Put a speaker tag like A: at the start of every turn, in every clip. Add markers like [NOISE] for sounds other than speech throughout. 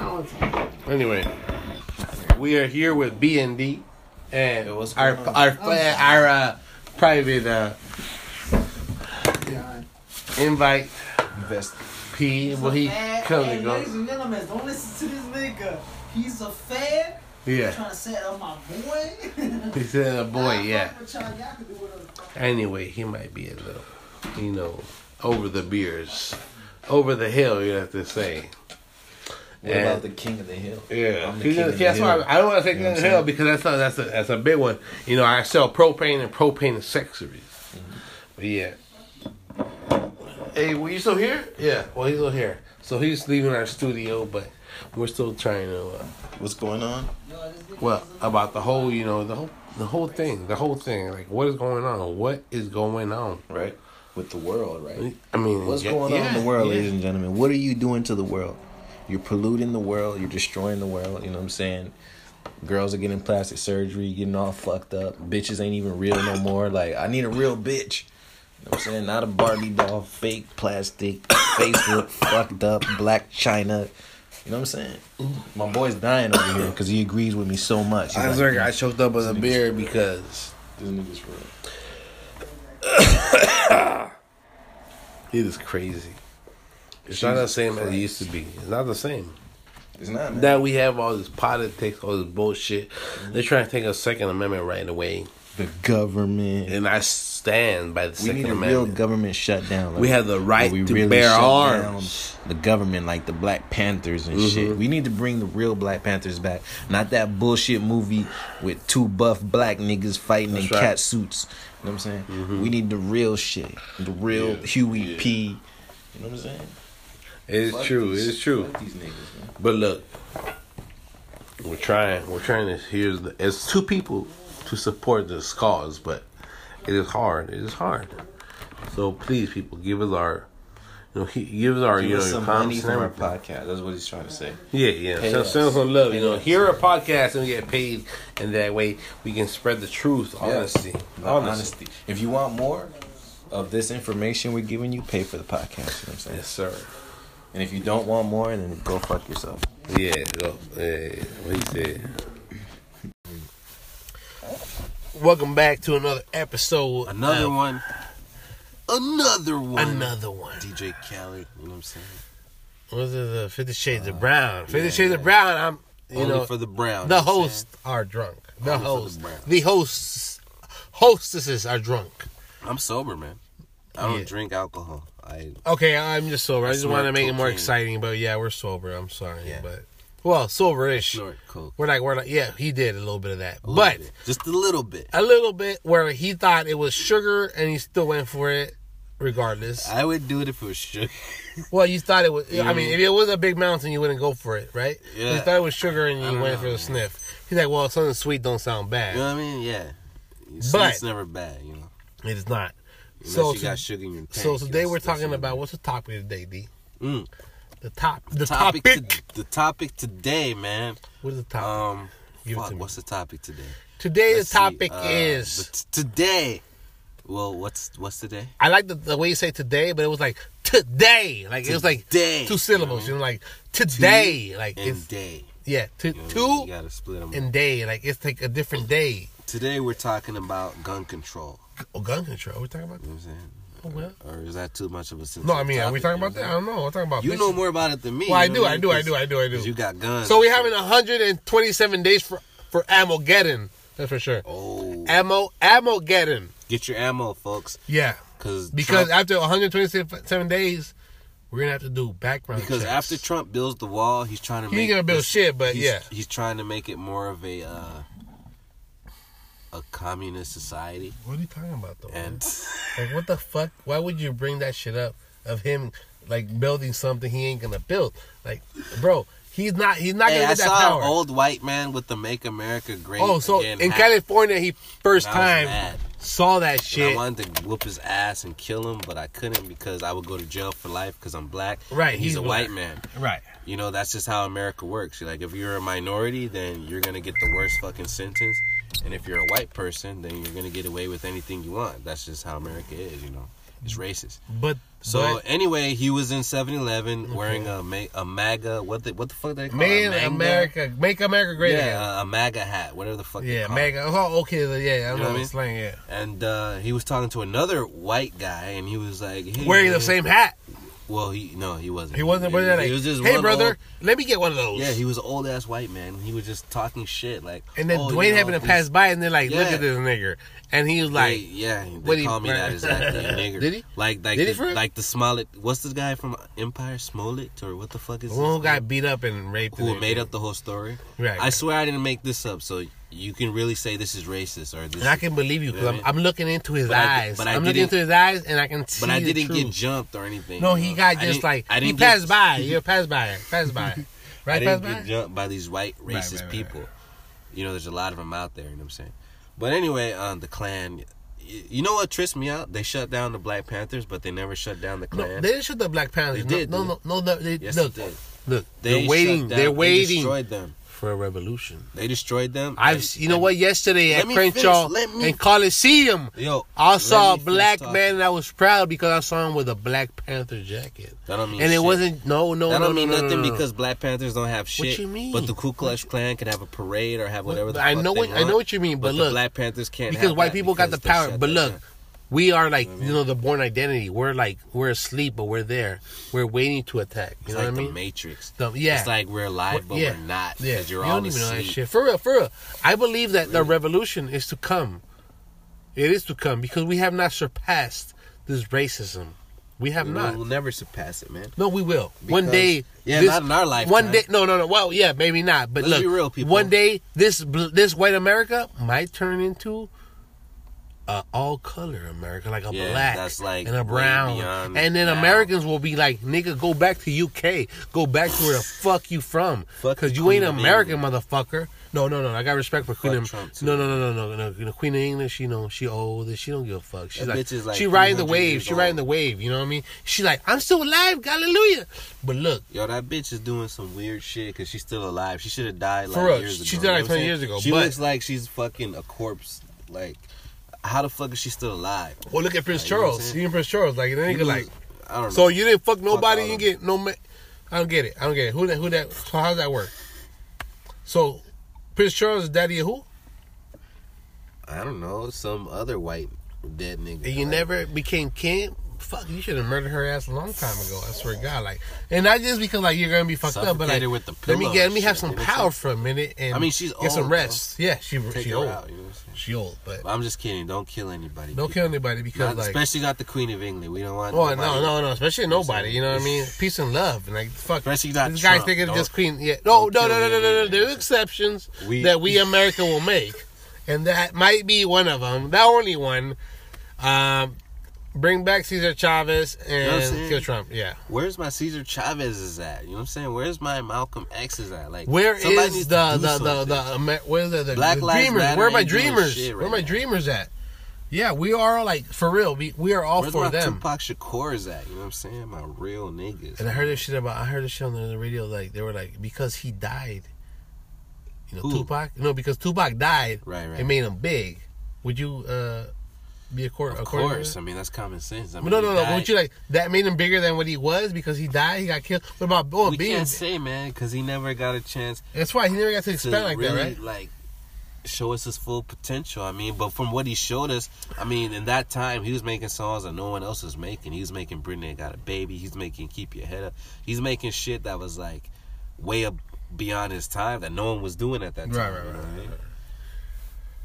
A: long time.
B: Anyway, we are here with B and D, and
C: Yo, what's
B: our
C: going on?
B: our uh, our uh, private uh,
A: God.
B: invite
C: Invest.
B: P. Well, he comes
D: hey,
B: and
D: ladies
B: goes.
D: and gentlemen, don't listen to this nigga. He's a fan.
B: Yeah,
D: Trying to set up my boy. [LAUGHS]
B: he said, uh, "Boy, yeah."
D: Y'all, y'all can do whatever. the fuck.
B: Anyway, he might be a little, you know, over the beers, over the hill. You have to say.
C: What
B: And-
C: about the king of the hill?
B: Yeah,
C: I'm the
B: See,
C: king of
B: that's
C: the
B: that's why
C: hill.
B: I, I don't want to take
C: You know
B: that
C: what I'm
B: hell
C: saying?
B: because that's a, that's a that's a big one. You know, I sell propane and propane accessories.
C: Mm-hmm.
B: But yeah. Hey, were you still here? Yeah. Well, he's still here. So he's leaving our studio, but we're still trying to. Uh,
C: What's going on?
D: No, this nigga
B: well,
D: is
B: about the whole, you know, the whole the whole thing, the whole thing. Like, what is going on? What is going on?
C: Right? With the world, right?
B: I mean,
C: What's
B: yeah-
C: going on in the
B: yeah,
C: world,
B: yeah.
C: ladies and gentlemen? What are you doing to the world? You're polluting the world. You're destroying the world. You know what I'm saying? Girls are getting plastic surgery, getting all fucked up. Bitches ain't even real no more. Like, I need a real bitch. You know what I'm saying? Not a Barbie doll, fake plastic, [COUGHS] Facebook fucked up, black China. You know what I'm saying? My boy's dying over here because he agrees with me so much. He's
B: I
C: like,
B: swear, I choked up with a beer because
C: this nigga's real.
B: it is crazy. It's not the
C: Jesus
B: same as it
C: Christ.
B: used to be. It's not the same.
C: It's not, man.
B: Now we have all this politics, all this bullshit. They're trying to take a Second Amendment right away,
C: the government.
B: and I stand by the
C: We
B: Second
C: need a real
B: Amendment.
C: government shutdown.
B: We have the right
C: where we
B: to bear
C: shut
B: arms. Mm-hmm.
C: down The government, like the Black Panthers and shit. We need to bring the real Black Panthers back, not that bullshit movie with two buff black niggas fighting in
B: That's right. Mm-hmm.
C: cat suits. You know what I'm saying? We need the real shit, the real
B: Yeah,
C: Huey
B: yeah.
C: P. You know what I'm saying?
B: it's
C: Fuck
B: true.
C: these-
B: It's true.
C: fuck these niggas, man.
B: But look, we're trying. We're trying to. Here's the. It's two people to support this cause, but it is hard. It is hard. So please, people, give us our. You know, he give us our.
C: Give
B: you know,
C: us
B: your
C: some money
B: comments
C: from
B: and
C: our
B: everything.
C: podcast. That's what he's trying to say.
B: Yeah, yeah.
C: Pay
B: Send,
C: us.
B: send us some love.
C: Pay
B: you know,
C: us.
B: hear a podcast and we get paid, and that way we can spread the truth, honesty,
C: The
B: honesty.
C: honesty. If you want more of this information we're giving you, pay for the podcast. You know what I'm saying?
B: Yes, sir.
C: And if you don't want more, then go fuck yourself.
B: Yeah, go. Yeah, what he said. Welcome back to another episode.
E: Another
B: of-
E: one. Another one.
B: Another one.
E: DJ Khaled. You know what I'm saying?
B: Was it the Fifty Shades of Brown? Fifty Shades of Brown. I'm you
E: Only
B: know
E: for the brown.
B: the
E: you know what I'm
B: hosts are drunk. The
E: Only for the
B: hosts,
E: Browns.
B: the hosts, hostesses are drunk.
E: saying? I'm sober, man. I don't
B: Yeah.
E: drink alcohol. I
B: Okay, I'm just sober. I,
E: I
B: just want to
E: snort
B: make it more
E: cocaine.
B: exciting, but yeah, we're sober. I'm sorry,
E: Yeah.
B: but well, soberish.
E: snort coke.
B: We're like, we're like, yeah, he did a little bit of that,
E: A little
B: but
E: bit. just a little bit.
B: a little bit where he thought it was sugar and he still went for it, regardless.
E: I would do it if it was sugar. [LAUGHS]
B: Well, you thought it was. I mean, if it was a big mountain, you wouldn't go for it, right? You
E: Yeah.
B: thought it was sugar and
E: I
B: you
E: don't
B: went
E: know,
B: for the
E: man.
B: sniff. He's like, well, something sweet don't sound bad.
E: You know what I mean? Yeah.
B: But-
E: it's never bad, you know.
B: It is not.
E: Unless
B: So
E: you
B: to-
E: got sugar in your tank.
B: so today
E: that's-
B: we're
E: that's
B: talking
E: never
B: about
E: bad.
B: what's the topic today, D?
E: Mm.
B: The top. The
E: topic.
B: topic.
E: to- the topic today, man.
B: what is the topic?
E: Um,
B: Give it
E: fuck,
B: to me.
E: what's the topic today?
B: today the
E: Let's see,
B: topic
E: uh,
B: is.
E: but t- today. Well, what's what's today?
B: I like the, the way you say today, but it was like today. Like it was like
E: Today,
B: two
E: you
B: syllables. You
E: know
B: know, like today. like
E: And
B: it's
E: day.
B: yeah, t-
E: You know,
B: two
E: You gotta split 'em
B: and day. Like it's like a different day.
E: Today we're talking about gun control.
B: Oh, gun control. Are we talking about?
E: You know what I'm saying?
B: Oh, well.
E: Or is that too much of a
B: No, I mean, are we talking
E: topic,
B: about
E: you
B: that? I
E: know what
B: don't know. We're talking about.
E: I'm saying? You
B: bitches.
E: know more about it than me.
B: Well, I
E: you know
B: do,
E: what
B: I
E: mean?
B: do, I
E: 'Cause-
B: do, I do, I do.
E: 'cause You got guns.
B: So we're
E: and
B: having
E: shit.
B: 127 days for for ammo getting. That's for sure.
E: Oh,
B: Ammo, ammo getting.
E: get your ammo, folks.
B: Yeah,
E: Cause
B: because
E: Trump-
B: after 127 days, we're gonna have to do background
E: because
B: checks.
E: after Trump builds the wall, he's trying to
B: He
E: make
B: ain't gonna build
E: this-
B: shit, but
E: he's,
B: yeah.
E: he's trying to make it more of a uh, a communist society.
B: what are you talking about though?
E: And
B: Like, what the fuck? Why would you bring that shit up of him like building something he ain't gonna build? Like, bro, he's not. He's
E: [LAUGHS]
B: not
E: hey,
B: gonna
E: I
B: get that
E: saw
B: power.
E: an old white man with the "Make America Great."
B: oh, so
E: Again
B: in
E: hat.
B: California, he first
E: And I was
B: time
E: mad.
B: saw that
E: And
B: shit.
E: I wanted to whoop his ass and kill him, but I couldn't because I would go to jail for life because I'm black.
B: Right,
E: and he's,
B: he's
E: a
B: black.
E: white man.
B: right.
E: You know, that's just how America works. You're like, if you're a minority, then you're gonna get the worst fucking sentence, and if you're a white person, then you're gonna get away with anything you want. That's just how America is. You know, It's racist.
A: But
E: So
A: but,
E: anyway, he was in 7-Eleven wearing a ma- a MAGA. What the what the fuck they call
B: Man,
E: it? A manga?
B: America, make America great again.
E: uh, Yeah, a MAGA hat. Whatever the fuck. they
B: Yeah,
E: call it.
B: America. Oh, okay. Yeah, I
E: You know
B: don't
E: what I
B: know the
E: mean?
B: slang. Yeah,
E: And uh, he was talking to another white guy, and he was like, hey,
B: wearing the
E: man.
B: same hat.
E: Well, he no, he wasn't.
B: He wasn't wearing that.
E: He was just
B: hey,
E: one
B: brother,
E: old-
B: let me get one of those.
E: yeah, he was an old ass white man. He was just talking shit like.
B: and then
E: oh,
B: Dwayne
E: you know,
B: happened to
E: this-
B: pass by, and they're like, "Look
E: Yeah.
B: at this nigger," and he was like,
E: They- yeah, they
B: what he-
E: call me that exactly.
B: [LAUGHS]
E: nigger.
B: Did he?
E: Like, like,
B: Did he
E: the,
B: for real?
E: like the Smollett. What's this guy from Empire Smollett or what the fuck is
B: "The
E: this?
B: one who got beat up and raped."
E: who
B: and
E: made
B: everything.
E: up the whole story?
B: Right.
E: I swear I didn't make this up. So you can really say this is racist or this.
B: And I can believe you because I'm,
E: Yeah.
B: I'm looking into his
E: But I-
B: eyes.
E: but
B: I,
E: I
B: am looking
E: didn't-
B: into his eyes, and I can see.
E: but I
B: the
E: didn't get
B: truth.
E: jumped or anything.
B: No,
E: you
B: he
E: know?
B: got
E: I
B: just
E: didn't-
B: like
E: I
B: he
E: didn't
B: passed
E: get,
B: by. You passed by. Passed by.
E: [LAUGHS] I
B: Right, passed
E: didn't get
B: by.
E: jumped by these white
B: Right,
E: racist
B: right, right,
E: people. You know, there's a lot of them out there. You know what I'm saying? But anyway, um, the Klan. y- You know what trips me out? They shut down the Black Panthers, but they never shut down the
B: No,
E: Klan.
B: they didn't shoot the Black Panthers.
E: They
B: no,
E: did,
B: no, no, no, no, They,
E: yes,
B: look,
E: they did.
B: look.
E: They
B: They're
E: shut
B: waiting.
E: down-
B: They're
E: They
B: waiting
E: destroyed them.
B: for a revolution.
E: They destroyed them.
B: I've,
E: And-
B: s- you know
E: and-
B: what? Yesterday
E: Let
B: at
E: me
B: Crenshaw
E: finish, let me-
B: and Coliseum,
E: Yo,
B: I saw a
E: let me finish
B: black
E: talking.
B: man and I was proud because I saw him with a Black Panther jacket.
E: That don't mean
B: And it
E: Oh, shit.
B: wasn't no, no,
E: That
B: no,
E: don't mean
B: no, no,
E: nothing
B: no, no.
E: because Black Panthers don't have shit.
B: you mean?
E: But the Ku Klux Klan can have a parade or have whatever. The
B: I
E: fuck
B: know
E: they
B: what- I
E: want,
B: know what you mean, but
E: the
B: look,
E: Black Panthers can't
B: because
E: have
B: white
E: that
B: people got the
E: because they
B: power.
E: shut
B: But
E: that
B: look,
E: down.
B: we are like you know the born identity. We're like we're asleep, but we're there. We're waiting to attack. You
E: it's
B: know
E: like
B: what I
E: the
B: mean?
E: Matrix.
B: The- yeah.
E: it's like we're alive, but
B: yeah.
E: we're not
B: Yeah,
E: because you're
B: you
E: all
B: don't even know that
E: asleep.
B: shit. For real, for real. I believe that the revolution is to come. It is to come because we have not surpassed this racism. We have
E: We'll
B: not.
E: never surpass it, man.
B: No, we will. one
E: Because-
B: day.
E: Yeah, not in our lifetime.
B: One day, no, no, no. Well, yeah, maybe not. But
E: Let's
B: look,
E: be real, people.
B: one day this bl- this white America might turn into a all color America, like a
E: Yeah,
B: black
E: that's like
B: and a
E: way
B: brown,
E: beyond
B: and then
E: now.
B: Americans will be like, "Nigga, go back to UK, go back to where the fuck you from,
E: Fuck
B: because
E: the
B: you
E: Queen
B: ain't
E: of
B: American,
E: England.
B: motherfucker." No, no, no. I got respect for Queen. Em-
E: Trump, too.
B: no, no, no, no, no, no. You know, Queen of England, she know she old and she don't give a fuck. She's
E: That
B: like,
E: bitch is like
B: she riding the
E: 300
B: wave.
E: years
B: She riding
E: old.
B: the wave. You know what I mean? She like, I'm still alive. Hallelujah. But look,
E: Yo, that bitch is doing some weird shit because she's still alive. She should have died like
B: For real,
E: years ago.
B: she died
E: you know
B: like
E: what I'm
B: 20 years
E: saying?
B: ago,
E: She
B: but-
E: looks like she's fucking a corpse. Like, how the fuck is she still alive?
B: well, look at Prince
E: Like, you know what I'm
B: Charles.
E: saying?
B: Even Prince Charles, like, then
E: He
B: nigga,
E: was-
B: like,
E: I don't know.
B: so you didn't fuck
E: all
B: nobody. You
E: of
B: get no man. I don't get it. I don't get it. Who that? Who that? So how does that work? So, Prince Charles is daddy of who?
E: I don't know, some other white dead nigga.
B: And you
E: Like,
B: never became king. Fuck, you should have murdered her ass a long time ago. I swear to God, like, and not just because like you're gonna be fucked up, but
E: Suffocate
B: like,
E: her with the
B: let me
E: pillow
B: get, let
E: and
B: me have
E: shit,
B: some
E: you know what I'm
B: power for a minute, and
E: I mean, she's
B: get some
E: old,
B: rest. Yeah, she
E: Take
B: she
E: her
B: old,
E: out. You know what I'm saying?
B: she old, but
E: But I'm just kidding. Don't kill anybody.
B: don't kill anybody because
E: Not-
B: like,
E: especially not the Queen of England. We don't want.
B: Oh no
E: nobody-
B: no no! Especially
E: know what I'm
B: nobody.
E: saying?
B: You know what I mean? Peace and love. And like fuck,
E: Especially not
B: this guy's
E: Trump.
B: thinking
E: Don't-
B: just queen. Yeah. No no
E: don't kill
B: no no no no. no.
E: anyone.
B: There's exceptions
E: We-
B: that
E: [LAUGHS]
B: we America will make, and that might be one of them. The only one. Um, bring back Cesar Chavez
E: know what I'm
B: and
E: saying?
B: kill Trump. Yeah.
E: Where's my Caesar Chavez is at? You know what I'm saying? Where's my Malcolm X is at? Like
B: Where is
E: somebody needs to
B: the
E: do
B: the the,
E: something.
B: the Amer- where is the, the,
E: Black
B: the
E: Lives
B: dreamers?
E: Matter
B: where are my
E: ain't doing
B: dreamers?
E: shit right
B: where are my
E: now.
B: dreamers at? Yeah, we are like for real. We we are all
E: Where's
B: for
E: my
B: them.
E: Tupac Shakur is at? You know what I'm saying? My real niggas.
B: And I heard this shit about I heard this shit on the radio like they were like because he died, you know
E: Who?
B: Tupac. No, because Tupac died,
E: Right, right.
B: It made him big. Would you uh be a court?
E: Of course. I mean, that's common sense. I mean,
B: no, no,
E: he
B: no.
E: died.
B: Would you like that made him bigger than what he was because he died? He got killed. What about Boa
E: We
B: being?
E: can't say, man, because he never got a chance
B: That's why he never got to
E: to
B: expand like
E: really
B: that, right?
E: like show us his full potential. I mean, but from what he showed us, I mean, in that time he was making songs that no one else was making. He was making Britney Got a Baby. He's making Keep Your Head Up. He's making shit that was like way up beyond his time that no one was doing at that time.
B: Right, right,
E: you know
B: right,
E: what I mean?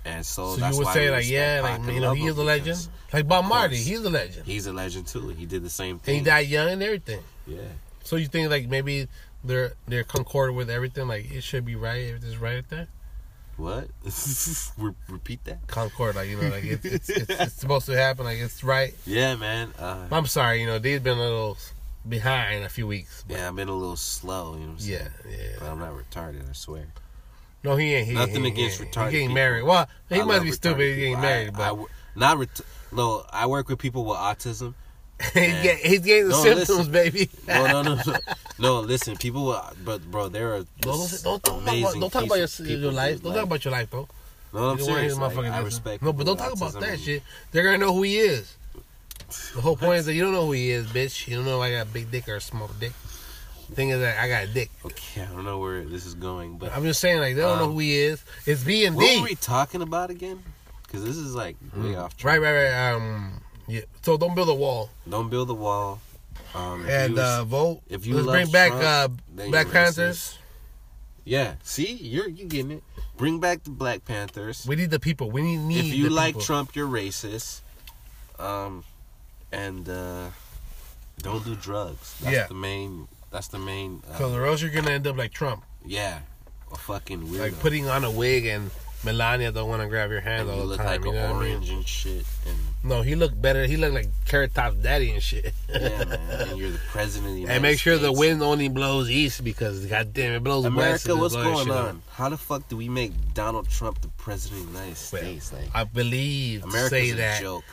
E: And so,
B: So
E: Oh, that's
B: you would
E: why
B: say
E: we
B: like,
E: respect
B: yeah,
E: Pac
B: like
E: and
B: you know,
E: love
B: he's
E: him
B: a legend.
E: because
B: Like Bob
E: of
B: Marty,
E: course.
B: he's a legend,
E: He's a legend too. He did the same
B: and
E: thing.
B: he died young and everything.
E: Yeah.
B: So you think like maybe they're they're concordant with everything? Like it should be right. Everything's right up there.
E: What? [LAUGHS] Re- Repeat that.
B: Concord, like you know, like it's it's, it's, it's supposed to happen, like it's right.
E: Yeah, man. Uh,
B: I'm sorry, you know, they've been a little behind a few weeks. But
E: yeah, I've been a little slow. You know what I'm saying?
B: yeah,
E: But
B: yeah.
E: I'm not retarded, I swear.
B: No, he ain't. He,
E: Nothing
B: he,
E: against
B: he, ain't.
E: retarded
B: He getting
E: people.
B: married. Well, he
E: I
B: must
E: love
B: be
E: retarded
B: stupid. He
E: people.
B: ain't
E: I-
B: married,
E: I
B: but
E: wo- not ret- no. I work with people with autism.
B: he's, get, he's getting the
E: No,
B: symptoms,
E: listen.
B: baby.
E: No, no, no,
B: [LAUGHS]
E: no. no listen, people, with, but bro, there are
B: Don't,
E: just
B: don't, don't, talk about,
E: amazing
B: don't talk about
E: people-
B: your, your
E: people,
B: life.
E: dude,
B: Don't
E: like-
B: talk about your life, bro.
E: No, I'm
B: You don't wanna hear
E: serious.
B: the
E: Like,
B: motherfucking
E: I
B: answer.
E: respect.
B: No, but
E: people
B: don't talk
E: with
B: about
E: autism
B: that
E: and-
B: shit. They're gonna know who he is. The whole point is that you don't know who he is, bitch. You don't know if I got a big dick or a small dick. The thing is that I got a dick.
E: Okay, I don't know where this is going, but
B: I'm just saying, like, they don't know
E: Um,
B: who he is. It's B and
E: what
B: Uh, D. Mm-hmm.
E: were we talking about again? Because this is like way off track.
B: Right, right, right. Um, yeah. So don't build a wall
E: Don't build the wall. Um, if
B: and
E: you-
B: uh, vote.
E: if you
B: Let's
E: love
B: bring back
E: Trump,
B: uh,
E: then
B: Black
E: you're
B: Panthers.
E: yeah, see, you're you getting it. Bring back the Black Panthers.
B: We need the people. We need. need
E: if
B: the
E: you like
B: people.
E: Trump, you're racist. Um, and uh, don't do drugs. That's
B: Yeah.
E: the main. That's the main. Uh,
B: Because or else you're gonna end up like Trump,
E: yeah, a fucking weirdo.
B: like putting on a wig and Melania don't want to grab your hand
E: and you
B: all the
E: look
B: time.
E: like
B: you know
E: an
B: what I mean?
E: orange and shit. And
B: No, he looked better. He looked like Carrot Top's daddy and
E: [LAUGHS]
B: shit.
E: yeah, man. And you're the president of the United
B: and make sure the
E: States.
B: wind only blows east because goddamn it blows west.
E: America,
B: and it
E: what's
B: blows
E: going
B: shit up.
E: on? How the fuck do we make Donald Trump the president of the United
B: Well,
E: States? Like,
B: I believe
E: America's
B: say
E: a
B: that
E: joke,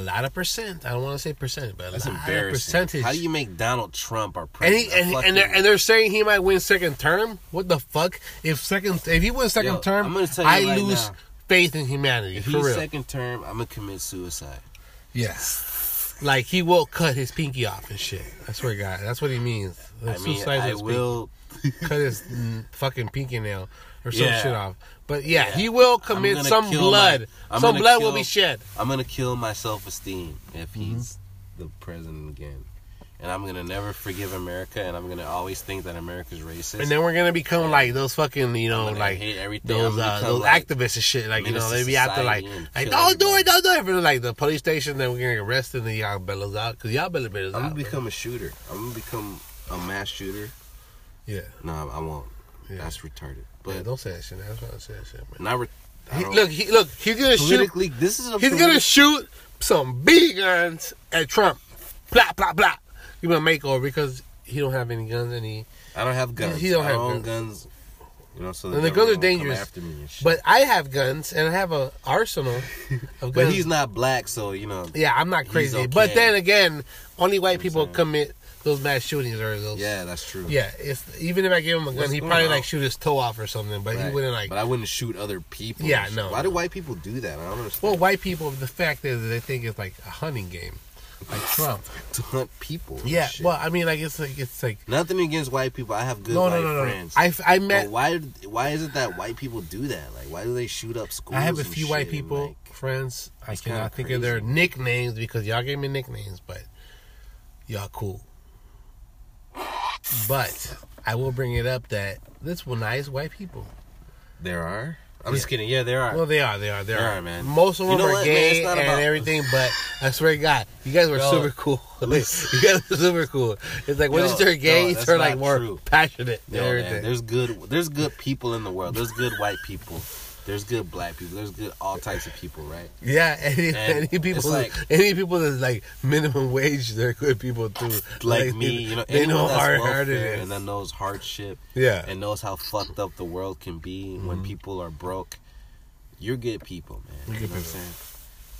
B: a lot of percent. I don't want to say percent, but a
E: That's
B: lot
E: embarrassing.
B: of percentage.
E: How do you make Donald Trump our
B: and, he, and,
E: president? A
B: and, they're,
E: fucking-
B: and they're saying he might win second term. What the fuck? If second, if he wins second
E: Yo,
B: term,
E: I'm gonna tell you
B: I
E: right
B: lose
E: now.
B: faith in humanity.
E: if
B: For
E: he's
B: real,
E: second term, I'm gonna commit suicide.
B: yes. Like he will cut his pinky off and shit. I swear, to God, that's what he means.
E: I mean,
B: Suicide
E: I
B: is pinky.
E: will.
B: cut his mm, fucking pinky nail or some
E: Yeah.
B: shit off. But yeah,
E: Yeah.
B: he will
E: I'm
B: commit
E: gonna
B: some
E: kill
B: blood.
E: my- I'm
B: some
E: gonna
B: blood will
E: kill-
B: be shed.
E: I'm gonna kill my self-esteem if
B: Mm-hmm.
E: he's the president again, and I'm gonna never forgive America, and I'm gonna always think that America's racist.
B: And then we're gonna become like those fucking, you know,
E: I'm gonna
B: like
E: hate everything.
B: those
E: I'm gonna
B: uh,
E: become,
B: those
E: like,
B: activists and shit. Like you know,
E: menace
B: they
E: to
B: be out there like,
E: society and
B: like don't
E: kill
B: do
E: everybody.
B: it, don't do it. But like the police station, then we're gonna get arrested and then y'all bellows out because y'all better bellows
E: I'm
B: out.
E: gonna
B: bro.
E: become a shooter. I'm gonna become a mass shooter.
B: yeah,
E: No, I won't.
B: Yeah.
E: That's retarded. But
B: yeah, don't say that shit. That's why I say that shit, man.
E: not. Re- I
B: He,
E: don't-
B: look, he, look, he's gonna shoot.
E: politically, this is a
B: He's gonna shoot some big guns at Trump. Blah blah blah. Give him a makeover because he don't have any guns and he
E: I don't have guns.
B: He don't
E: I
B: have
E: own guns. You know, so
B: And the guns are
E: government won't come
B: dangerous.
E: After me and shit.
B: But I have guns and I have a arsenal of guns.
E: [LAUGHS] but he's not black, so you know.
B: yeah, I'm not
E: he's
B: crazy.
E: okay.
B: But then again, only white people
E: saying?
B: commit those mass shootings or those.
E: Yeah, that's true.
B: Yeah, it's even if I give him a
E: What's
B: gun, he
E: going
B: probably
E: on?
B: like shoot his toe off or something. But
E: Right.
B: he wouldn't like.
E: But I wouldn't shoot other people.
B: Yeah,
E: and shit.
B: no,
E: Why
B: no.
E: do white people do that? I don't understand.
B: well, white people, the fact is, that they think it's like a hunting game, like Trump.
E: to hunt people. and
B: yeah,
E: Oh, shit.
B: well, I mean, like it's like it's like
E: nothing against white people. I have good
B: no,
E: white
B: no, no, no, no.
E: friends.
B: I I met
E: but why? Why is it that white people do that? Like, why do they shoot up schools?
B: I have a
E: and
B: few
E: shit
B: white
E: and,
B: people
E: like-
B: friends. I
E: it's kinda
B: cannot think of their
E: crazy.
B: nicknames because y'all gave me nicknames, but y'all cool. But I will bring it up that this were nice white people.
E: there are. I'm just
B: Yeah.
E: kidding. Yeah, there are.
B: Well, they are, they are, they
E: They
B: are.
E: are, man.
B: Most of
E: You
B: them
E: know
B: are
E: what, man?
B: gay
E: It's not
B: and
E: about-
B: everything, but I swear to God, you guys were
E: Yo,
B: super
E: [LAUGHS]
B: cool. [LAUGHS] you guys were super cool. It's like when
E: Yo,
B: it's they're
E: no,
B: gay,
E: that's
B: they're like
E: not
B: more
E: true.
B: passionate. and
E: Yo, man,
B: everything.
E: there's good there's good people in the world. There's good white people. There's good black people. There's good all types of people, right?
B: Yeah, any,
E: And
B: any people,
E: it's like-
B: any people that's like minimum wage, they're good people too.
E: Like me, you know,
B: they
E: anyone
B: know
E: that's
B: how hard it
E: welfare
B: is.
E: and that knows hardship
B: yeah, Mm-hmm.
E: and knows how fucked up the world can be when people are broke. You're good people, man. You
B: good
E: know what I'm saying?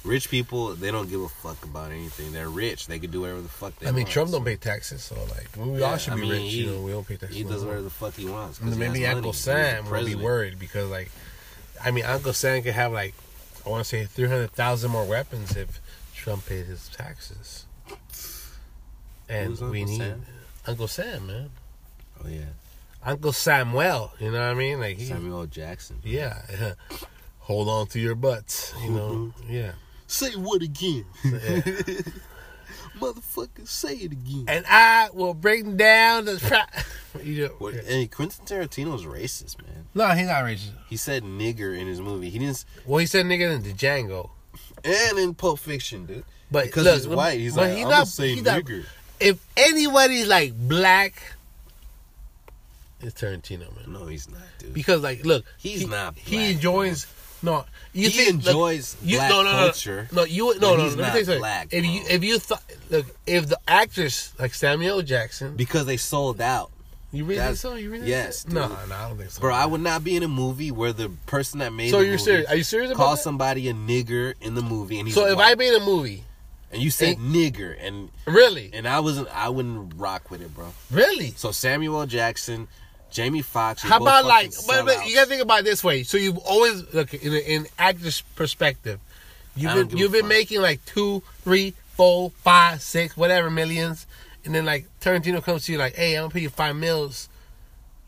E: Rich people, they don't give a fuck about anything. They're rich. They can do whatever the fuck they
B: I mean,
E: want.
B: Trump
E: So
B: don't pay taxes, so like we
E: Yeah,
B: all should
E: I
B: be
E: mean,
B: rich.
E: he-
B: you know, we don't pay taxes.
E: He
B: no
E: does
B: more.
E: whatever the fuck he wants. 'cause he
B: Maybe
E: has money.
B: Uncle
E: He's the
B: Sam will be
E: president.
B: worried because, like, I mean, Uncle Sam could have like I want to say three hundred thousand more weapons if Trump paid his taxes. And
E: Who's Uncle
B: we need
E: Sam?
B: Uncle Sam, man,
E: Oh yeah,
B: Uncle Samuel. You know what I mean? Like he,
E: Samuel
B: [LAUGHS]
E: L. Jackson.
B: Yeah. Hold on to your butts, you know.
E: Mm-hmm.
B: Yeah.
E: Say what again? [LAUGHS]
B: Yeah.
E: Motherfucker, say it again.
B: and I will bring down the. Pro- [LAUGHS] you know,
E: What, hey, Quentin Tarantino's racist, man.
B: No, he's not racist.
E: He said nigger in his movie. He didn't. s-
B: Well, he said nigga in the Django,
E: And in Pulp Fiction, dude.
B: but
E: Because
B: look,
E: he's white, he's
B: but
E: like,
B: he
E: I'm
B: not-
E: gonna say
B: he not-
E: nigger.
B: if anybody's like black, it's Tarantino, man.
E: No, he's not, dude.
B: Because like, look,
E: He's
B: he,
E: not
B: He
E: black,
B: enjoys. No, you
E: he
B: think, look,
E: enjoys
B: you,
E: black
B: no, no, no,
E: culture.
B: No, you no,
E: but
B: no. let
E: he's
B: me
E: not
B: tell you something.
E: black,
B: if you
E: bro.
B: if you thought look, if the actress like Samuel Jackson,
E: Because they sold out.
B: you really think
E: that's-
B: so? You really
E: yes,
B: think so? no,
E: dude.
B: no, I don't think so,
E: Bro, I would not be in a movie where the person that made
B: So
E: the
B: you're
E: movie
B: serious? Are you serious about
E: call
B: that?
E: somebody a nigger in the movie and he's
B: So if I
E: white,
B: made a movie,
E: and you said
B: It-
E: nigger and
B: really,
E: and I wasn't I wouldn't rock with it, bro.
B: really,
E: So Samuel L. Jackson, Jamie Foxx.
B: how about like? But, but you gotta think about it this way. So you've always look in in actress perspective.
E: I
B: You've
E: don't
B: been
E: give a
B: you've been
E: fuck.
B: making like two, three, four, five, six, whatever millions, and then like Tarantino comes to you like, hey, I'm gonna pay you five mils.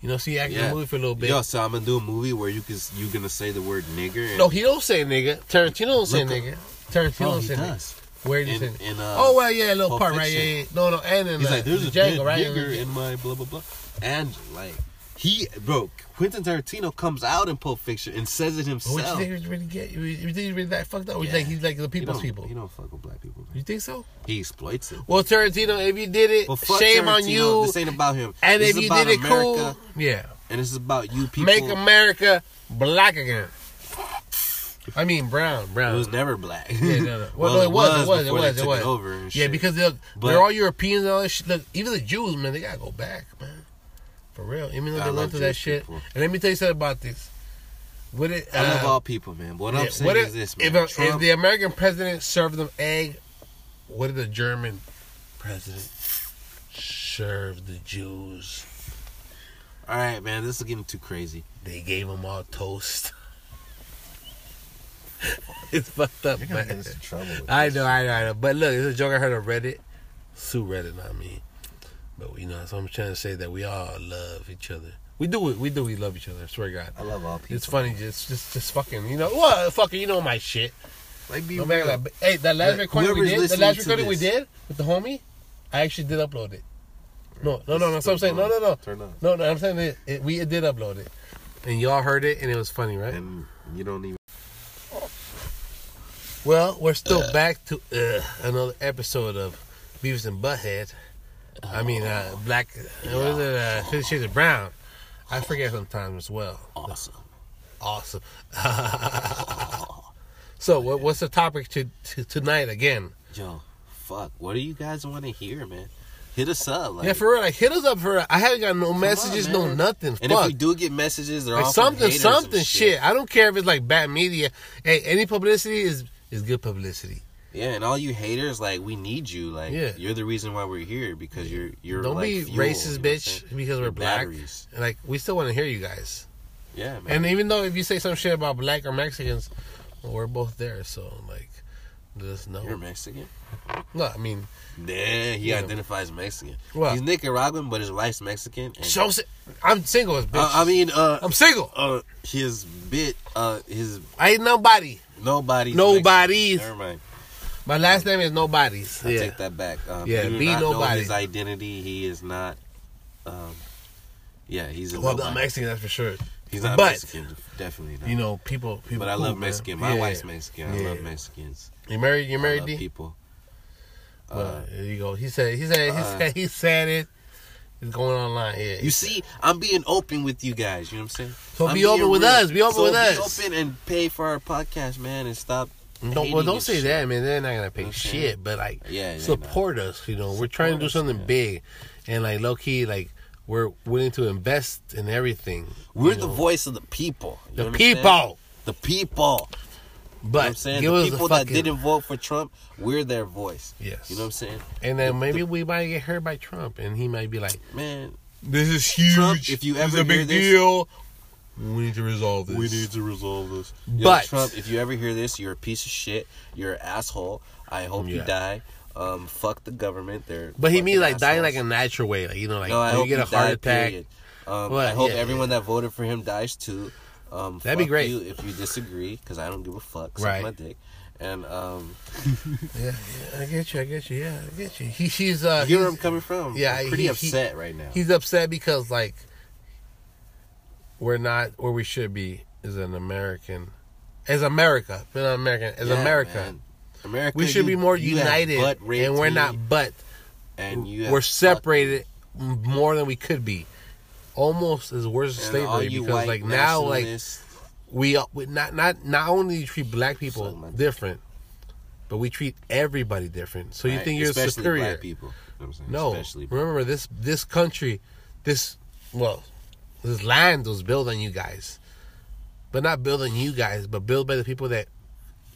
B: You know, so you act in
E: Yeah.
B: the movie for a little bit.
E: Yo, so I'm gonna do a movie where you can you gonna say the word nigger. And,
B: No, he don't say nigga. Tarantino don't say
E: Look up-
B: nigga. Tarantino
E: Oh,
B: don't
E: he
B: say nigga.
E: does.
B: Where did you
E: In,
B: say?
E: in, uh,
B: oh well, yeah, a little
E: Pulp
B: part right. Yeah,
E: Fiction.
B: yeah. No, no, and in
E: He's
B: uh,
E: like, there's a
B: Django,
E: big
B: right?
E: nigger in my blah blah blah, and like he, bro, Quentin Tarantino comes out in Pulp Fiction and says it
B: What you
E: himself.
B: think he's really gay? You think he's really that fucked up? Or you
E: Yeah.
B: think he's like the
E: He
B: people's
E: don't-
B: people?
E: He don't fuck with black people. Man.
B: You think so?
E: He exploits it.
B: Well, Tarantino, if you did it,
E: Well, fuck
B: shame on
E: Tarantino.
B: you.
E: This ain't about him.
B: and
E: This
B: if
E: is
B: you
E: about
B: did it
E: America,
B: cool, yeah,
E: and this is about you people.
B: make America black again. I mean brown, brown.
E: It was never black.
B: Yeah, no, no.
E: [LAUGHS]
B: Well, no, it was, it was, it
E: before
B: was,
E: they
B: it
E: took
B: was.
E: over and
B: yeah,
E: shit.
B: because they're,
E: But-
B: they're all Europeans and all that shit. Look, even the Jews, man, they gotta go back, man. For real, even though
E: I
B: they
E: love
B: went through that
E: Jewish
B: shit.
E: people.
B: And let me tell you something about this. What it?
E: I love
B: uh,
E: all people, man. What
B: yeah,
E: I'm saying
B: what
E: is
B: if-
E: this,
B: if,
E: man.
B: a- if
E: Trump-
B: the American president served them egg, what did the German president serve the Jews?
E: all right, man, this is getting too crazy.
B: They gave them all toast. [LAUGHS] it's fucked up,
C: You're gonna
B: man.
C: get us in trouble. with
B: I
C: this.
B: know, I know, I know. But look, it's a joke I heard on Reddit. Sue Reddit, not me. But you know, so I'm trying to say that we all love each other. We do it. We do. We love each other. I swear to God.
C: I love all people.
B: It's funny, just, just, just fucking, you know, well, fucking, you know my shit.
E: Like, be
B: No matter
E: real.
B: what, but, hey, that last
E: Like,
B: recording we
E: whoever's
B: did, the
E: listening
B: last
E: to
B: recording we
E: this.
B: did with the homie, I actually did upload it. No, no, no, no.
E: This
B: So I'm
E: is
B: saying, no,
E: going
B: no, no,
E: Turn up.
B: no, no. I'm saying it, it, we did upload it, and y'all heard it, and it was funny, right?
E: And you don't even.
B: Well, we're still back to uh, another episode of Beavis and Butthead. I mean, uh, Black. uh, What is it? Uh, Fifty Shades of Brown. I forget sometimes as well.
E: Awesome.
B: Awesome. [LAUGHS] so, what, what's the topic to, to tonight again?
E: Yo, fuck. What do you guys want to hear, man? Hit us up. Like,
B: yeah, for real. Like, hit us up for. real. I haven't got no messages,
E: on,
B: no
E: man.
B: nothing.
E: And if
B: Fuck.
E: we do get messages, they're
B: Like,
E: all from
B: something,
E: haters
B: something,
E: and
B: shit. I don't care if it's like bad media. Hey, any publicity is is good publicity.
E: Yeah, and all you haters, like we need you. Like
B: Yeah.
E: you're the reason why we're here because you're you're
B: Don't
E: like,
B: be
E: fuel,
B: racist,
E: you know what I'm
B: bitch,
E: saying?
B: because
E: You're
B: we're black.
E: batteries.
B: Like, we still want to hear you guys.
E: Yeah, man.
B: And even though if you say some shit about black or Mexicans, well, we're both there, so like, let us know.
E: you're Mexican.
B: No, I mean,
E: Yeah, he
B: Yeah.
E: identifies Mexican.
B: Well-
E: He's Nicaraguan, but his wife's Mexican. And,
B: so si- I'm single, as bitch.
E: Uh, I mean, uh,
B: I'm single.
E: uh, his bit, uh, his
B: I ain't nobody.
E: nobody's
B: Nobody's.
E: Mexican. Never mind.
B: My last name is nobody's.
E: I
B: yeah.
E: take that back. Um,
B: Yeah,
E: I do
B: be
E: not Know
B: nobody.
E: his identity. He is not. Um, yeah, he's a
B: Well, I'm
E: nobody.
B: not Mexican, that's for sure.
E: He's not
B: but-
E: Mexican, definitely not.
B: You know, people. people
E: but I
B: cool,
E: love
B: man.
E: Mexican. My
B: Yeah.
E: wife's Mexican. I
B: Yeah.
E: love Mexicans.
B: You married? You
E: I
B: married?
E: love
B: D?
E: people.
B: Well, there you go. He said. He said. He
E: uh,
B: said. He said it. It's going online here.
E: You see, I'm being open with you guys. You know what I'm saying?
B: So
E: I'm
B: be
E: being
B: open with us, be open
E: So
B: with
E: be
B: us.
E: open and pay for our podcast, man, and stop.
B: Don't, well,
E: hating
B: don't
E: and
B: say
E: shit.
B: that, man. They're not gonna pay
E: Okay.
B: shit, but like,
E: Yeah, they're
B: support us. You know, we're trying to do
E: us,
B: something
E: yeah.
B: big, and like low key, like we're willing to invest in everything.
E: We're
B: you
E: the
B: know.
E: voice of the people. You know
B: the
E: what I'm saying?
B: people.
E: The people. You know what I'm
B: But
E: saying
B: give
E: the
B: us
E: people
B: a fucking,
E: that didn't vote for Trump, we're their voice.
B: Yes.
E: You know what I'm saying,
B: and then maybe we might get heard by Trump, and he might be like,
E: man?
B: "This is huge.
E: Trump, if you
B: this is
E: ever
B: a big
E: hear this-
B: deal, we need to resolve this.
E: to resolve this.
B: But-
E: Trump, if you ever hear this, you're a piece of shit. You're an asshole. I hope you
B: Yeah.
E: die. Um, fuck the government. They're
B: But he means
E: fucking
B: like dying
E: assholes.
B: like a natural way, like you know, like
E: no, I
B: you
E: hope
B: get
E: he
B: a heart
E: died,
B: attack.
E: Period. Um,
B: Well,
E: I hope
B: yeah,
E: everyone that voted for him dies too. Um,
B: That'd be
E: fuck
B: great.
E: you if you disagree, because I don't give a fuck. Suck
B: Right.
E: my dick. And um,
B: Yeah, yeah, I get you, I get you, yeah, I get you. He, he's uh,
E: hear where
B: he's-
E: I'm coming from.
B: yeah,
E: I'm pretty
B: he- he-
E: upset right now.
B: He's upset because like we're not where we should be as an American, as America, but not American, as
E: Yeah,
B: America.
E: man. America,
B: We should be
E: you-
B: more
E: you have
B: united,
E: butt raped
B: and we're
E: me,
B: not. But
E: And you have
B: we're
E: fucked-
B: separated m more than we could be. Almost as worse as
E: and all
B: slavery
E: you
B: because
E: white
B: like now like
E: nationalists-
B: we, uh, we not not not only do you treat black people
E: Suck my dick.
B: different, but we treat everybody different. So you
E: right,
B: think you're
E: especially
B: superior?
E: Black people. You know what I'm saying?
B: No,
E: especially black
B: remember this this country, this well, this land was built on you guys, but not built on you guys, but built by the people that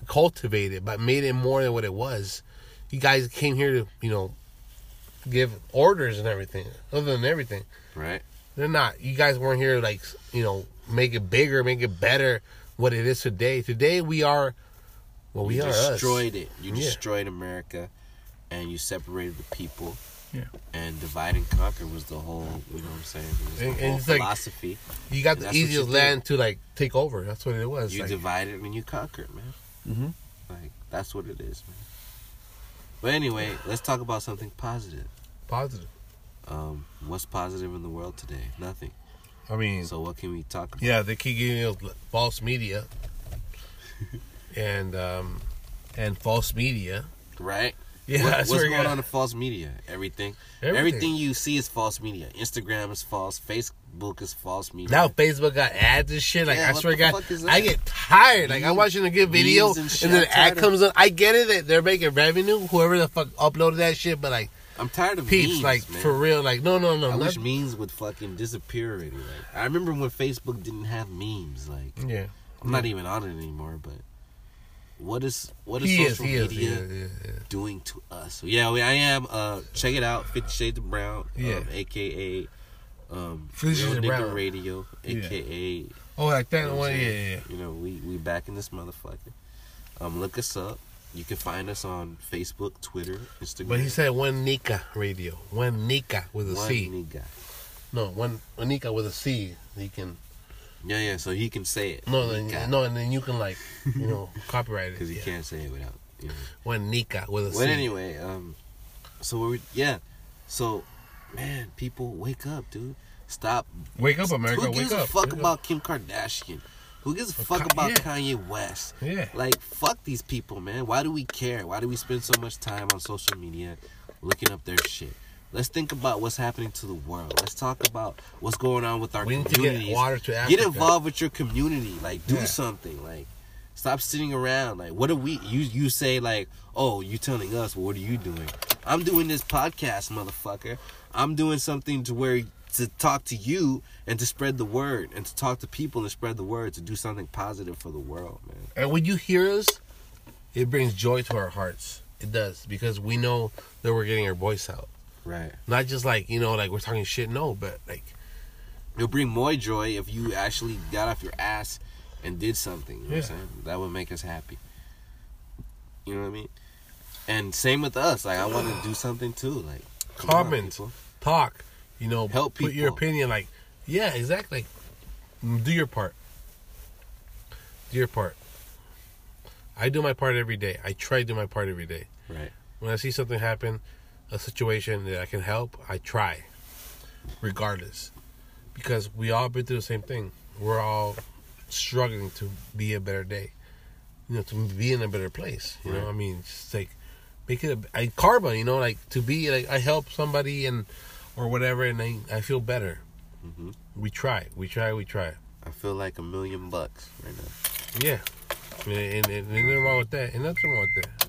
B: cultivated, it, but made it more than what it was. You guys came here to you know give orders and everything, other than everything.
E: people, right?
B: They're not. You guys weren't here to, like you know make it bigger, make it better. What it is today. Today we are. Well, we
E: you
B: are us.
E: destroyed it. You
B: Yeah.
E: destroyed America. and you separated the people.
A: Yeah.
E: And divide and conquer was the whole, you know what I'm saying? It was the
B: And- and
E: whole
B: it's like-
E: philosophy.
B: You got
E: And
B: the
E: that's what
B: easiest
E: you
B: land to like take over. That's what it was.
E: you
B: like- Mm-hmm.
E: divided and you conquered, man.
A: Mhm.
E: Like that's what it is, man. But anyway, let's talk about something positive.
B: positive.
E: Um, what's positive in the world today? Nothing.
B: I mean,
E: So what can we talk about?
B: yeah, they keep giving us false
E: [LAUGHS]
B: media, and um, and false media.
E: Right?
B: Yeah,
E: What-
B: that's
E: what's
B: where
E: going
B: you-
E: on in false media? Everything.
B: Everything.
E: everything. you see is false media. Instagram is false. Facebook is false media.
B: Now Facebook got ads and shit. Like
E: Yeah,
B: I
E: what
B: swear, to
E: the
B: God,
E: fuck is
B: I
E: that?
B: get tired. Like I'm
E: Memes-
B: watching a good video,
E: memes
B: and,
E: and shit,
B: then
E: I'm
B: an ad
E: tired of-
B: comes on. I get it that they're making revenue. Whoever the fuck uploaded that shit, but like
E: I'm tired of
B: peeps,
E: memes,
B: like
E: man.
B: for real, like no, no, no,
E: I
B: not-
E: wish memes would fucking disappear already. Like I remember when Facebook didn't have memes. Like
B: yeah.
E: I'm
B: Mm-hmm.
E: not even on it anymore, but what is what is
B: He is,
E: social
B: he is, he
E: media
B: is, he is, he is.
E: doing to us? Yeah, we, I am. Uh, check it out, Fifty Shades of Brown,
B: Yeah.
E: um, aka um,
B: Fifty Shades
E: Real
B: of
E: Nigga
B: Brown.
E: Radio, aka
B: Oh, like
E: you
B: that
E: know what
B: one,
E: I'm
B: yeah,
E: saying?
B: yeah. yeah.
E: You know, we we back in this motherfucker. Um, look us up. You can find us on Facebook, Twitter, Instagram.
B: But he said one Nika radio, one Nika with a C.
E: one nigga.
B: No, one one Nika with a C. You can
E: Yeah, yeah. So he can say it.
B: no, then, no, and then you can like you
E: [LAUGHS]
B: know copyright it.
E: because he
B: yeah.
E: can't say it without. You know.
B: One Nika with a C.
E: But anyway, um, so we're, yeah, so man, people wake up, dude. Stop.
B: wake up, America,
E: Who
B: wake
E: gives a
B: up.
E: fuck
B: wake
E: about
B: up.
E: Kim Kardashian? Who gives a
B: Well,
E: fuck
B: Ka-
E: about
B: yeah.
E: Kanye West?
B: Yeah.
E: Like fuck these people, man. Why do we care? Why do we spend so much time on social media looking up their shit? Let's think about what's happening to the world. Let's talk about what's going on with our
B: We need to
E: communities.
B: get water to Africa.
E: Get involved with your community. Like do
B: Yeah.
E: something. Like stop sitting around. Like what are we you you say like, "Oh, you telling us, well, what are you doing?" I'm doing this podcast, motherfucker. I'm doing something to where to talk to you and to spread the word and to talk to people and spread the word to do something positive for the world, man.
B: And when you hear us, it brings joy to our hearts. It does because we know that we're getting our voice out.
E: Right.
B: Not just like you know, like we're talking shit. No, but like
E: It'll bring more joy if you actually got off your ass and did something. You know what
B: Yeah.
E: I'm saying? That would make us happy. You know what I mean? And same with us. Like I want to do something too. Like come on,
B: Comment.
E: people.
B: talk. You know,
E: Help
B: put your
E: people.
B: opinion. Like, yeah, exactly. Do your part. Do your part. I do my part every day. I try to do my part every day.
E: Right.
B: When I see something happen, a situation that I can help, I try, regardless, because we all been through the same thing. We're all struggling to be a better day, you know, to be in a better place. You know,
E: Right.
B: I mean, it's like make it a, I karma, you know, like to be like I help somebody and or whatever, and I I feel better.
E: hmm
B: We try, we try, we try.
E: I feel like a million bucks right now.
B: Yeah, and, and, and there's nothing wrong with that. And nothing wrong with that.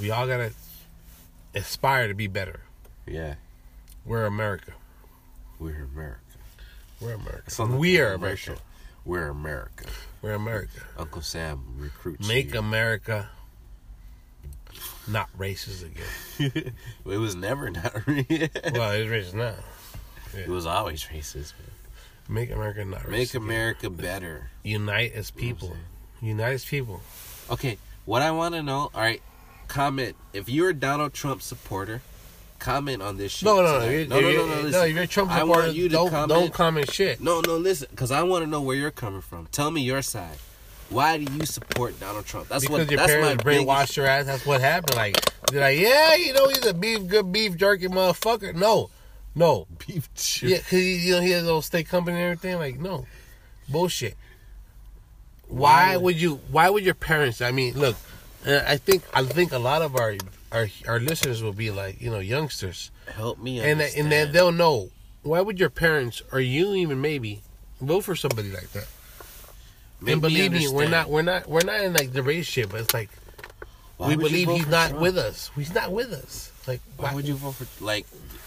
B: We all gotta aspire to be better.
E: Yeah,
B: We're America.
E: we're America.
B: We're America.
E: Sounds like
B: we
E: a
B: are America.
E: commercial. We're America.
B: We're America.
E: Uncle Sam recruits.
B: Make
E: you.
B: America not racist
E: [LAUGHS]
B: again.
E: [LAUGHS] it was never not. [LAUGHS] real.
B: well, it's racist now.
E: it was always racist. Man.
B: Make America not racist.
E: Make
B: again.
E: America better.
B: unite as
E: You know what I'm
B: people. Unite as people.
E: Okay, what I want to know, all right, comment. If you're a Donald Trump supporter, comment on this shit.
B: No, no, no.
E: tonight.
B: If-
E: no, no,
B: if-
E: no, no,
B: if-
E: listen.
B: if you're a Trump
E: I
B: supporter,
E: want you to
B: don't,
E: comment.
B: don't comment shit.
E: No, no, listen, because I want to know where you're coming from. Tell me your side. Why do you support Donald Trump? That's
B: because
E: what.
B: your
E: that's my
B: parents brainwashed
E: biggest-
B: your ass. That's what happened. Like they're like, yeah, you know, he's a beef, good beef jerky motherfucker. No, no,
E: beef jerky.
B: yeah, cause he, you know he has old steak company and everything. Like no, bullshit. Why would you? Why would your parents? I mean, look, uh, I think I think a lot of our our our listeners will be like you know youngsters,
E: Help me
B: and they-
E: understand.
B: and then they'll know why would your parents or you even maybe vote for somebody like that.
E: Make
B: and believe me,
E: understand.
B: we're not we're not we're not in like the race shit, but it's like
E: Why
B: we
E: would you
B: believe
E: vote
B: he's
E: for
B: not
E: Trump?
B: with us. He's not with us. Like
E: Why would you vote for like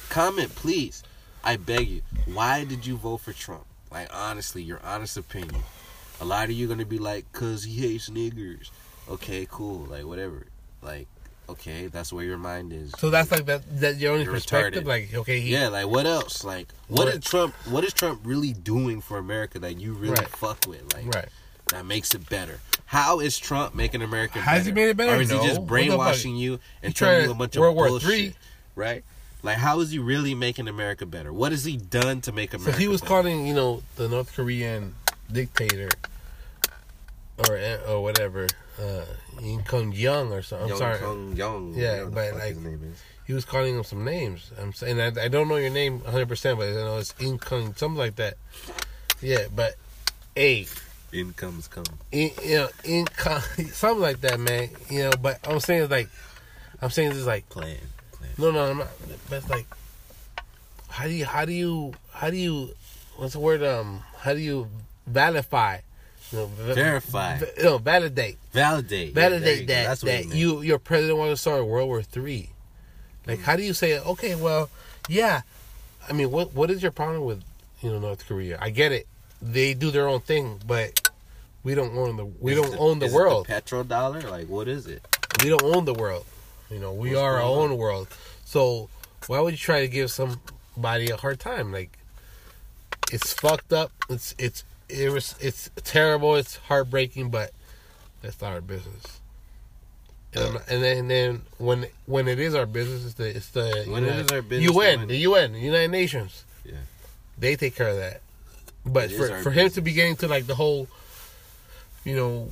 E: comment please? I beg you. Why did you vote for Trump? Like honestly, your honest opinion. A lot of you gonna be like, cause he hates niggers. Okay, cool. Like whatever. Like okay, that's where your mind is.
B: So that's like that that your only
E: You're
B: perspective.
E: retarded.
B: Like okay, he,
E: yeah. Like what else? Like
B: What-
E: what is Trump? What is Trump really doing for America that you really
B: Right.
E: fuck with? Like
B: right.
E: that makes it better. How is Trump making America
B: Has
E: better?
B: he made it better?
E: Or is
B: No.
E: he
B: What the
E: just
B: fuck?
E: brainwashing you and
B: trying
E: telling
B: to-
E: you a bunch of
B: World War
E: bullshit?
B: Three.
E: Right? Like, how is he really making America better? What has he done to make
B: So
E: America
B: he was
E: better?
B: calling, you know, the North Korean dictator or eh, or whatever, uh, Ying Kung Young or something. I'm
E: Young
B: sorry.
E: Kung Young.
B: Yeah,
E: whatever the
B: but,
E: fuck
B: like,
E: his name is.
B: He was calling him some names. I'm saying I, I don't know your name 100, percent but I know it's Ying Kung, something like that. Yeah, but a
E: in comes come.
B: in, you know, in con- [LAUGHS] something like that, man. You know, but I'm saying it's like, I'm saying it's like,
E: Plan. Plan.
B: no, no, I'm not. But it's like, how do you, how do you, how do you, what's the word? Um, how do you validate? You know, va-
E: Verify.
B: va- no, validate,
E: Validate. Yeah, there you
B: validate
E: go.
B: that
E: That's what he
B: that
E: meant.
B: you your president wants to start World War Three. Like, how do you say, okay, well, yeah, I mean, what what is your problem with you know North Korea? I get it, they do their own thing, but we don't own the we
E: Is
B: don't
E: it
B: own the
E: is
B: world.
E: It the petrodollar? Like, what is it?
B: we don't own the world. You know, we
E: What's
B: are our
E: going
B: own world. So why would you try to give somebody a hard time? Like it's fucked up. It's it's it was it's terrible. It's heartbreaking, but that's not our business. And, I'm not- and then and then when when it is our business, it's the it's the
E: When it is our business,
B: UN,
E: then-
B: the UN, the United Nations.
E: Yeah.
B: They take care of that. But
E: It is
B: for,
E: our
B: for him to be getting to like the whole, you know,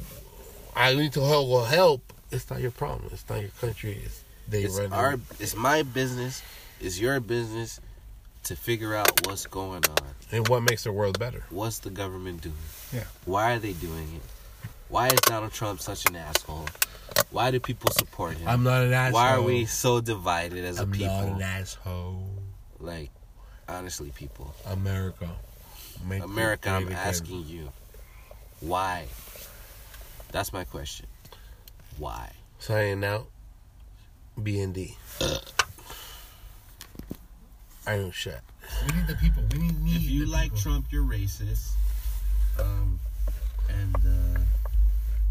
B: I need to help. Well, help. It's not your problem. It's not your country. It's they
E: It's
B: run.
E: our.
B: it.
E: It's my business. It's your business to figure out what's going on.
B: and what makes the world better?
E: What's the government doing?
B: Yeah.
E: Why are they doing it? Why is Donald Trump such an asshole? Why do people support him?
B: I'm not an asshole.
E: Why are we so divided as a
B: I'm not
E: people?
B: an asshole.
E: Like, honestly, people.
B: America. Make it
E: America,
B: great
E: I'm
B: again.
E: asking you, why? That's my question. Why?
B: Signing out. B and D. I don't shut.
D: We need the people. We need me.
E: If you
D: the
E: like
D: people.
E: Trump, you're racist. Um, and uh,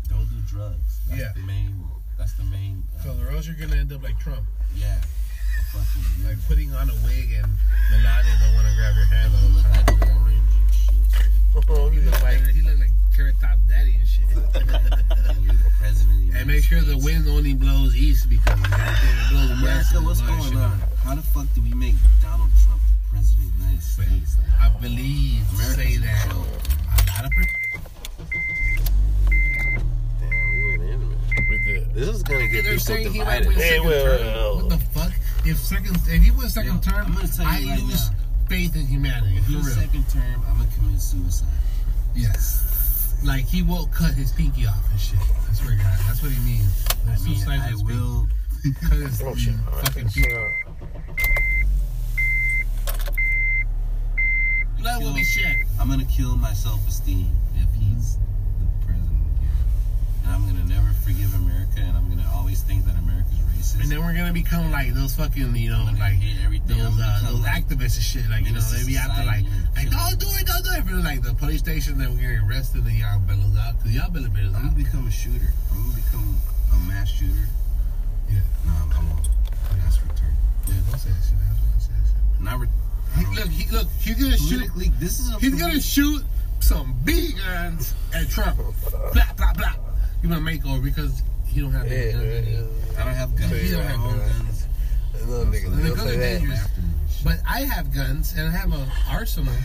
E: don't do drugs. That's
B: Yeah.
E: the main. That's the main. Uh,
B: or else you're gonna end up like Trump,
E: yeah. A fucking
B: like putting on a wig and Melania don't want to grab your hand all the
E: look like an orange and shit.
B: Oh, he look like he look like carrot top daddy and shit.
E: And you're the president. of the
B: And make sure the
E: United States.
B: wind only blows east because it blows west.
E: America,
B: it blows
E: what's going
B: shit.
E: on? How the fuck do we make Donald Trump the president of the United States? Like,
B: I believe say
E: America's
B: that
E: in trouble.
B: a lot of people.
E: Damn, we went in a minute.
B: We did.
E: This is gonna get
D: They're
E: people
D: saying he might
E: divided.
D: win
B: Hey,
D: second
B: wait, wait,
D: term.
B: wait.
D: What the fuck? If second, if he wins second
E: Yo,
D: term,
E: I'm gonna tell you
D: I
E: right
D: lose
E: now.
D: faith in humanity.
E: If
D: For
E: you're
D: real.
E: second term, I'm gonna commit suicide.
D: Yes. Like he won't cut his pinky off and shit. That's what God. That's what he means.
E: I mean,
D: Suicide
E: I
D: is
E: will.
D: cut his
B: Oh shit! All right.
D: fucking
B: So,
D: pinky. Blood will be shed.
E: I'm gonna kill my self-esteem if he's the president here, and I'm gonna never forgive America, and I'm gonna always think that America's racist.
D: And then we're gonna become like those fucking, you know,
E: I'm gonna
D: like
E: hate everything. I'm
D: those
E: gonna
D: uh,
E: become
D: those
E: like-
D: activists and shit. Like you know,
E: menace to
D: they be out there like,
E: society and
D: like
E: shit.
D: don't do it, don't do it. But like the police station, then we get arrested, and y'all bellows out, cause y'all bellows
E: I'm
D: out.
E: gonna become a shooter. I'm gonna become a mass shooter.
D: Yeah.
E: No, I'm, I won't. That's retarded.
D: Yeah, don't say that shit. That's what I say. that shit.
E: Not re- I
D: He,
E: don't-
D: look, he, look, he's gonna shoot.
E: politically, this is a
D: He's gonna shoot some big guns at Trump. Blah blah blah. Give him a makeover because he don't have
B: yeah,
D: any guns.
B: yeah,
E: I don't have guns.
D: He don't have
E: I own
D: guns.
E: guns.
B: yeah. Another nigga
D: And
B: that
D: the
B: don't
D: guns
B: say
D: are
B: that.
D: dangerous. But I have guns and I have an arsenal.
B: [LAUGHS]
D: of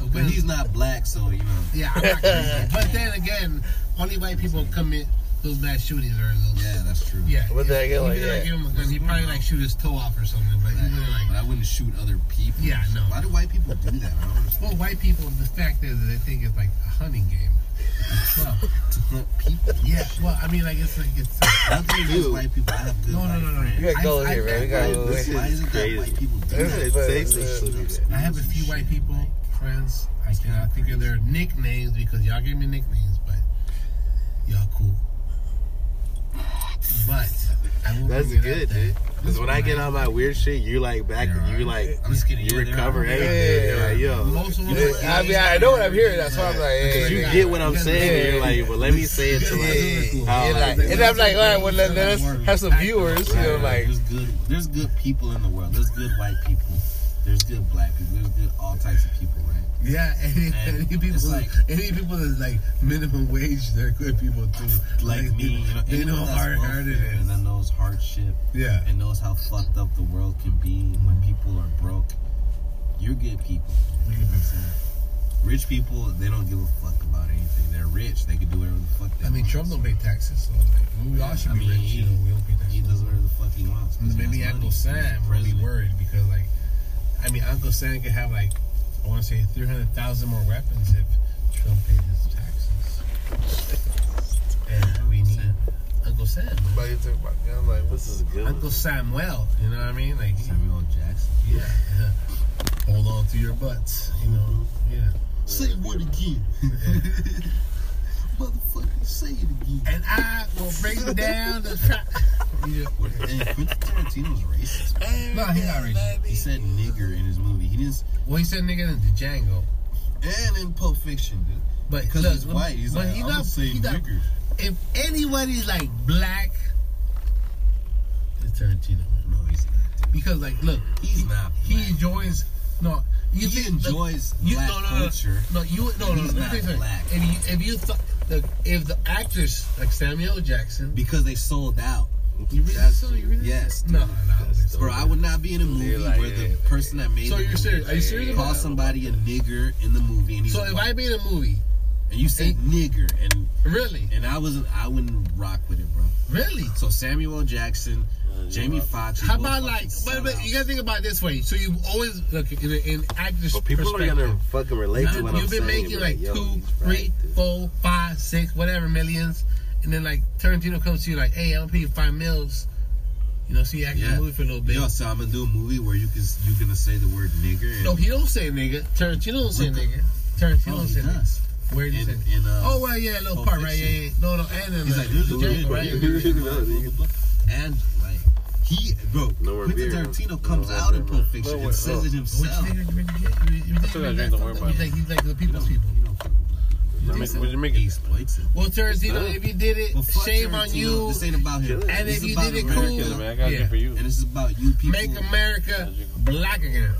E: But
D: guns.
E: he's not black, so you know.
D: Yeah, I'm not crazy. but then again, only white people commit those mass shootings or those.
E: Yeah, that's true.
D: Yeah.
B: What the heck?
D: If
B: Like
D: you like,
B: that?
D: give him a gun, he probably like shoot his toe off or something. But he
E: Like,
D: really
E: but
D: like,
E: I wouldn't shoot other people.
D: Yeah, no.
E: Why do white people do that? I don't understand.
D: well, white people, the fact is that they think it's like a hunting game.
B: [LAUGHS]
D: It's rough.
E: To hunt people.
D: yeah. Well, I mean, like it's like it's.
E: Nothing against white people. I have good
D: No, no,
E: white
D: no, no,
E: friends.
D: no.
B: You gotta go
D: I- I-
B: here, man. You
E: Why,
B: gotta go
E: this,
B: here.
E: why is it that white people do
B: This is
E: that?
B: crazy.
D: I have a few white people friends. I cannot think of their nicknames because y'all gave me nicknames, but y'all cool. But I will
A: That's
D: bring it
A: good,
D: up that-
A: dude. Because when I get on my weird shit, you like back
D: They're
A: and you
D: alright.
A: like
E: I'm just kidding.
A: you
E: Yeah, they're
A: recover
E: all-
A: everything.
B: Yeah.
A: You're like, yo,
D: Most of them.
B: Yeah, I mean, I know what I'm hearing. That's why I'm like,
A: because
B: hey,
A: you
B: yeah,
A: get what I'm
D: Yeah.
A: saying. and You're like, well, let me say it to
B: yeah,
A: like,
B: yeah,
A: how,
B: like, and I'm like, all right, well, let, let us have some viewers. You know, like,
E: there's good, there's good people in the world. There's good white people. There's good black people. There's good all types of people, right?
B: Yeah, [LAUGHS] any,
E: And
B: any people,
E: it's like-
B: any people that's like minimum wage, they're good people too.
E: like me, you know,
B: they know
E: anyone
B: how
E: that's
B: hard, hard it
E: welfare and
B: is.
E: that knows hardship
B: Yeah,
E: and knows how fucked up the world can be when people are broke. You're good people. You know what I'm saying? Rich people, they don't give a fuck about anything. They're rich. They can do whatever the fuck they
B: I mean
E: want.
B: Trump don't pay taxes, so like, we all should
E: I
B: be
E: mean,
B: rich.
E: he-
B: you know, we don't pay
E: He
B: taxes.
E: does whatever the fuck he wants. 'cause he
B: Maybe
E: has
B: Uncle
E: money. He's
B: Sam would be
E: president.
B: worried because, like, I mean, Uncle Sam could have like I want to say three hundred thousand more weapons if Trump paid his taxes. and we need Uncle Sam. man.
D: But you talk about, I'm like, what's this good?
B: Uncle Samuel, you know what I mean? Like, he-
E: Samuel Jackson.
B: yeah, hold on to your butts, you know? Yeah.
E: Say what again? Motherfucker, say it again.
B: And I will break down the trap. [LAUGHS]
E: And Quentin Tarantino's racist.
B: No, he's not racist.
E: He said nigger in his movie. He didn't. s-
B: Well, he said nigga in the Django,
E: And in Pulp Fiction, dude.
B: but
E: Because
B: look,
E: he's white. He's
B: but
E: like,
B: he
E: I'm
B: not-
E: gonna say
B: he not-
E: nigger.
B: if anybody's like black, it's Tarantino.
E: No, he's not. dude.
B: Because like, look,
E: He's not.
B: he
E: black.
B: enjoys. No, you
E: He
B: think- look,
E: enjoys
B: you-
E: black
B: no, no, no,
E: culture.
B: No, you no no. let
E: He's
B: me
E: not
B: tell you something.
E: black.
B: If you if you thought the if the actress like Samuel Jackson,
E: Because they sold out.
B: you read this?
E: That's-
B: So you read this?
E: yes,
B: No, no.
E: dude.
B: I don't think so.
E: Bro, I would not be in a movie
D: like,
E: where the
D: yeah,
E: person that made
B: So
E: the
B: you're
E: movie
B: serious? Are you serious about
E: call
B: that?
E: somebody a nigger in the movie, and he's
B: So if
E: white,
B: I made a movie,
E: and you said nigger, and
B: really,
E: and I wasn't, I wouldn't rock with it, bro.
B: really.
E: So Samuel Jackson, Jamie Foxx.
B: How
E: both
B: about like?
E: fucking
B: But, but
E: sellouts.
B: you gotta think about it this way. So you've always look in, in actors.
F: But people are gonna fucking relate to
B: Dude,
F: what
B: you've
F: I'm
B: been
F: saying.
B: making like
F: yo,
B: two,
F: he's
B: three,
F: right, dude.
B: four, five, six, whatever millions, and then like Tarantino comes to you like, "Hey, I'm gonna pay you five mils." You know, so you act in
E: Yeah.
B: the movie for a little bit.
E: Yo, so I'm gonna do a movie where you can you gonna say the word nigger. And,
B: No, he don't say nigga. Tarantino don't say nigga. Tarantino
E: Oh,
B: don't
E: he
B: say nigga.
E: does.
B: Where did you
E: In,
B: say?
E: in, uh,
B: Oh well, yeah, a little
E: Pulp
B: part, right? Yeah,
E: Fiction.
B: yeah. No, no, and then uh,
E: He's like, there's a
B: Django, [LAUGHS]
E: nigga, [LAUGHS]
B: right?
E: right?
B: Yeah, yeah.
E: and like he, bro,
F: Nowhere
E: Quentin
F: near.
E: Tarantino comes
F: Nowhere
E: out in
F: near.
E: Pulp Fiction
D: Nowhere.
E: and says it
B: Which
E: himself.
B: nigga you really get? You- you think
D: still
B: you
D: gotta drink
B: got
D: the word
B: fucked up?
D: Bible.
B: He's like, he's like the
E: You know,
B: people's people.
E: you know,
D: Would you- would you make
E: He
D: it?
E: exploits it.
B: Well, Tarantino, if you did it,
E: Well, fuck
B: shame on
E: Tarantino.
B: you.
E: This ain't about him.
F: And
B: And
E: This
B: if
E: is
B: you
E: about
B: did it
E: America,
B: cool,
D: Killer, man. I got
B: yeah.
D: it for you.
E: and this is about you people.
B: Make America black again.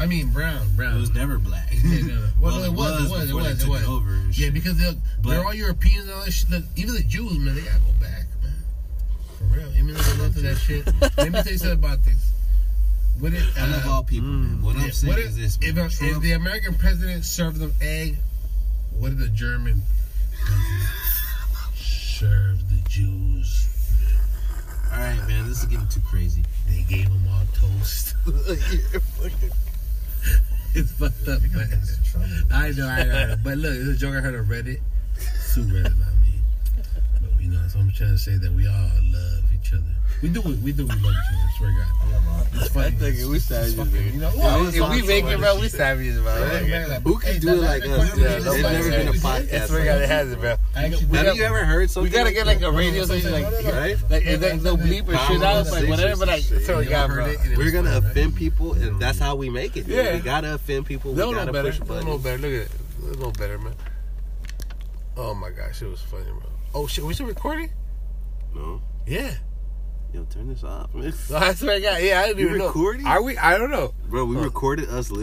B: I mean brown,
E: It
B: brown.
E: was never black.
B: Yeah,
E: [LAUGHS]
B: no, no. Well, no, it was, it was, it
E: before they
B: was, it
E: took
B: was.
E: over and
B: Yeah,
E: shit.
B: because they're, they're
E: But-
B: all Europeans and all that shit. Look, even the Jews, man, they gotta go back, man. For real. Even though they went through that shit. Let me tell you something about this. What it,
E: I love
B: uh,
E: all people. man. What
D: Mm.
E: I'm
B: yeah,
E: saying
B: what
E: is
B: if-
E: this:
B: If,
E: man.
B: a- if
E: Trump-
B: the American president served them egg, what did the German serve the Jews?
E: all right, man, this is getting too crazy.
B: They gave them all toast. [LAUGHS] It's fucked up, man. I know, I know, I know. But look, it's a joke I heard on Reddit. Sue Reddit, not me. But you know, so I'm trying to say that we all love each other. We do, we do, we love each other. I swear to God. It's funny.
D: we savage.
B: You
D: nigga.
B: know,
D: I
B: well,
D: was
B: if we
D: talking
B: make
D: about
B: it, bro,
D: this
B: we
D: shit.
B: savages, bro.
F: Who can do it like us?
B: Yeah,
F: Yeah, there's
B: nobody
F: never been a
B: said-
F: podcast.
D: Swear to
F: like
D: God, it has it, bro.
F: that. Have you ever heard something?
D: We gotta get like a radio
B: no, no,
D: station, like,
B: no, no,
F: right.
D: like, and like no bleep or shit out, like whatever, but, like, swear to God, bro.
F: We're gonna offend people, and that's how we make it. dude.
D: Yeah.
F: We gotta offend people. We
D: They'll know
F: gotta
D: better.
F: push
D: They'll
F: buttons.
D: know better. Look at it. They'll know better, man. Oh my gosh, it was funny, bro. Oh shit, we still recording?
F: No,
D: Yeah. [LAUGHS]
F: yo, turn this off, man.
D: No, I swear to God, yeah, I didn't
F: You
D: even know.
F: recording?
D: Are we? I don't know.
F: Bro, we recorded us listening.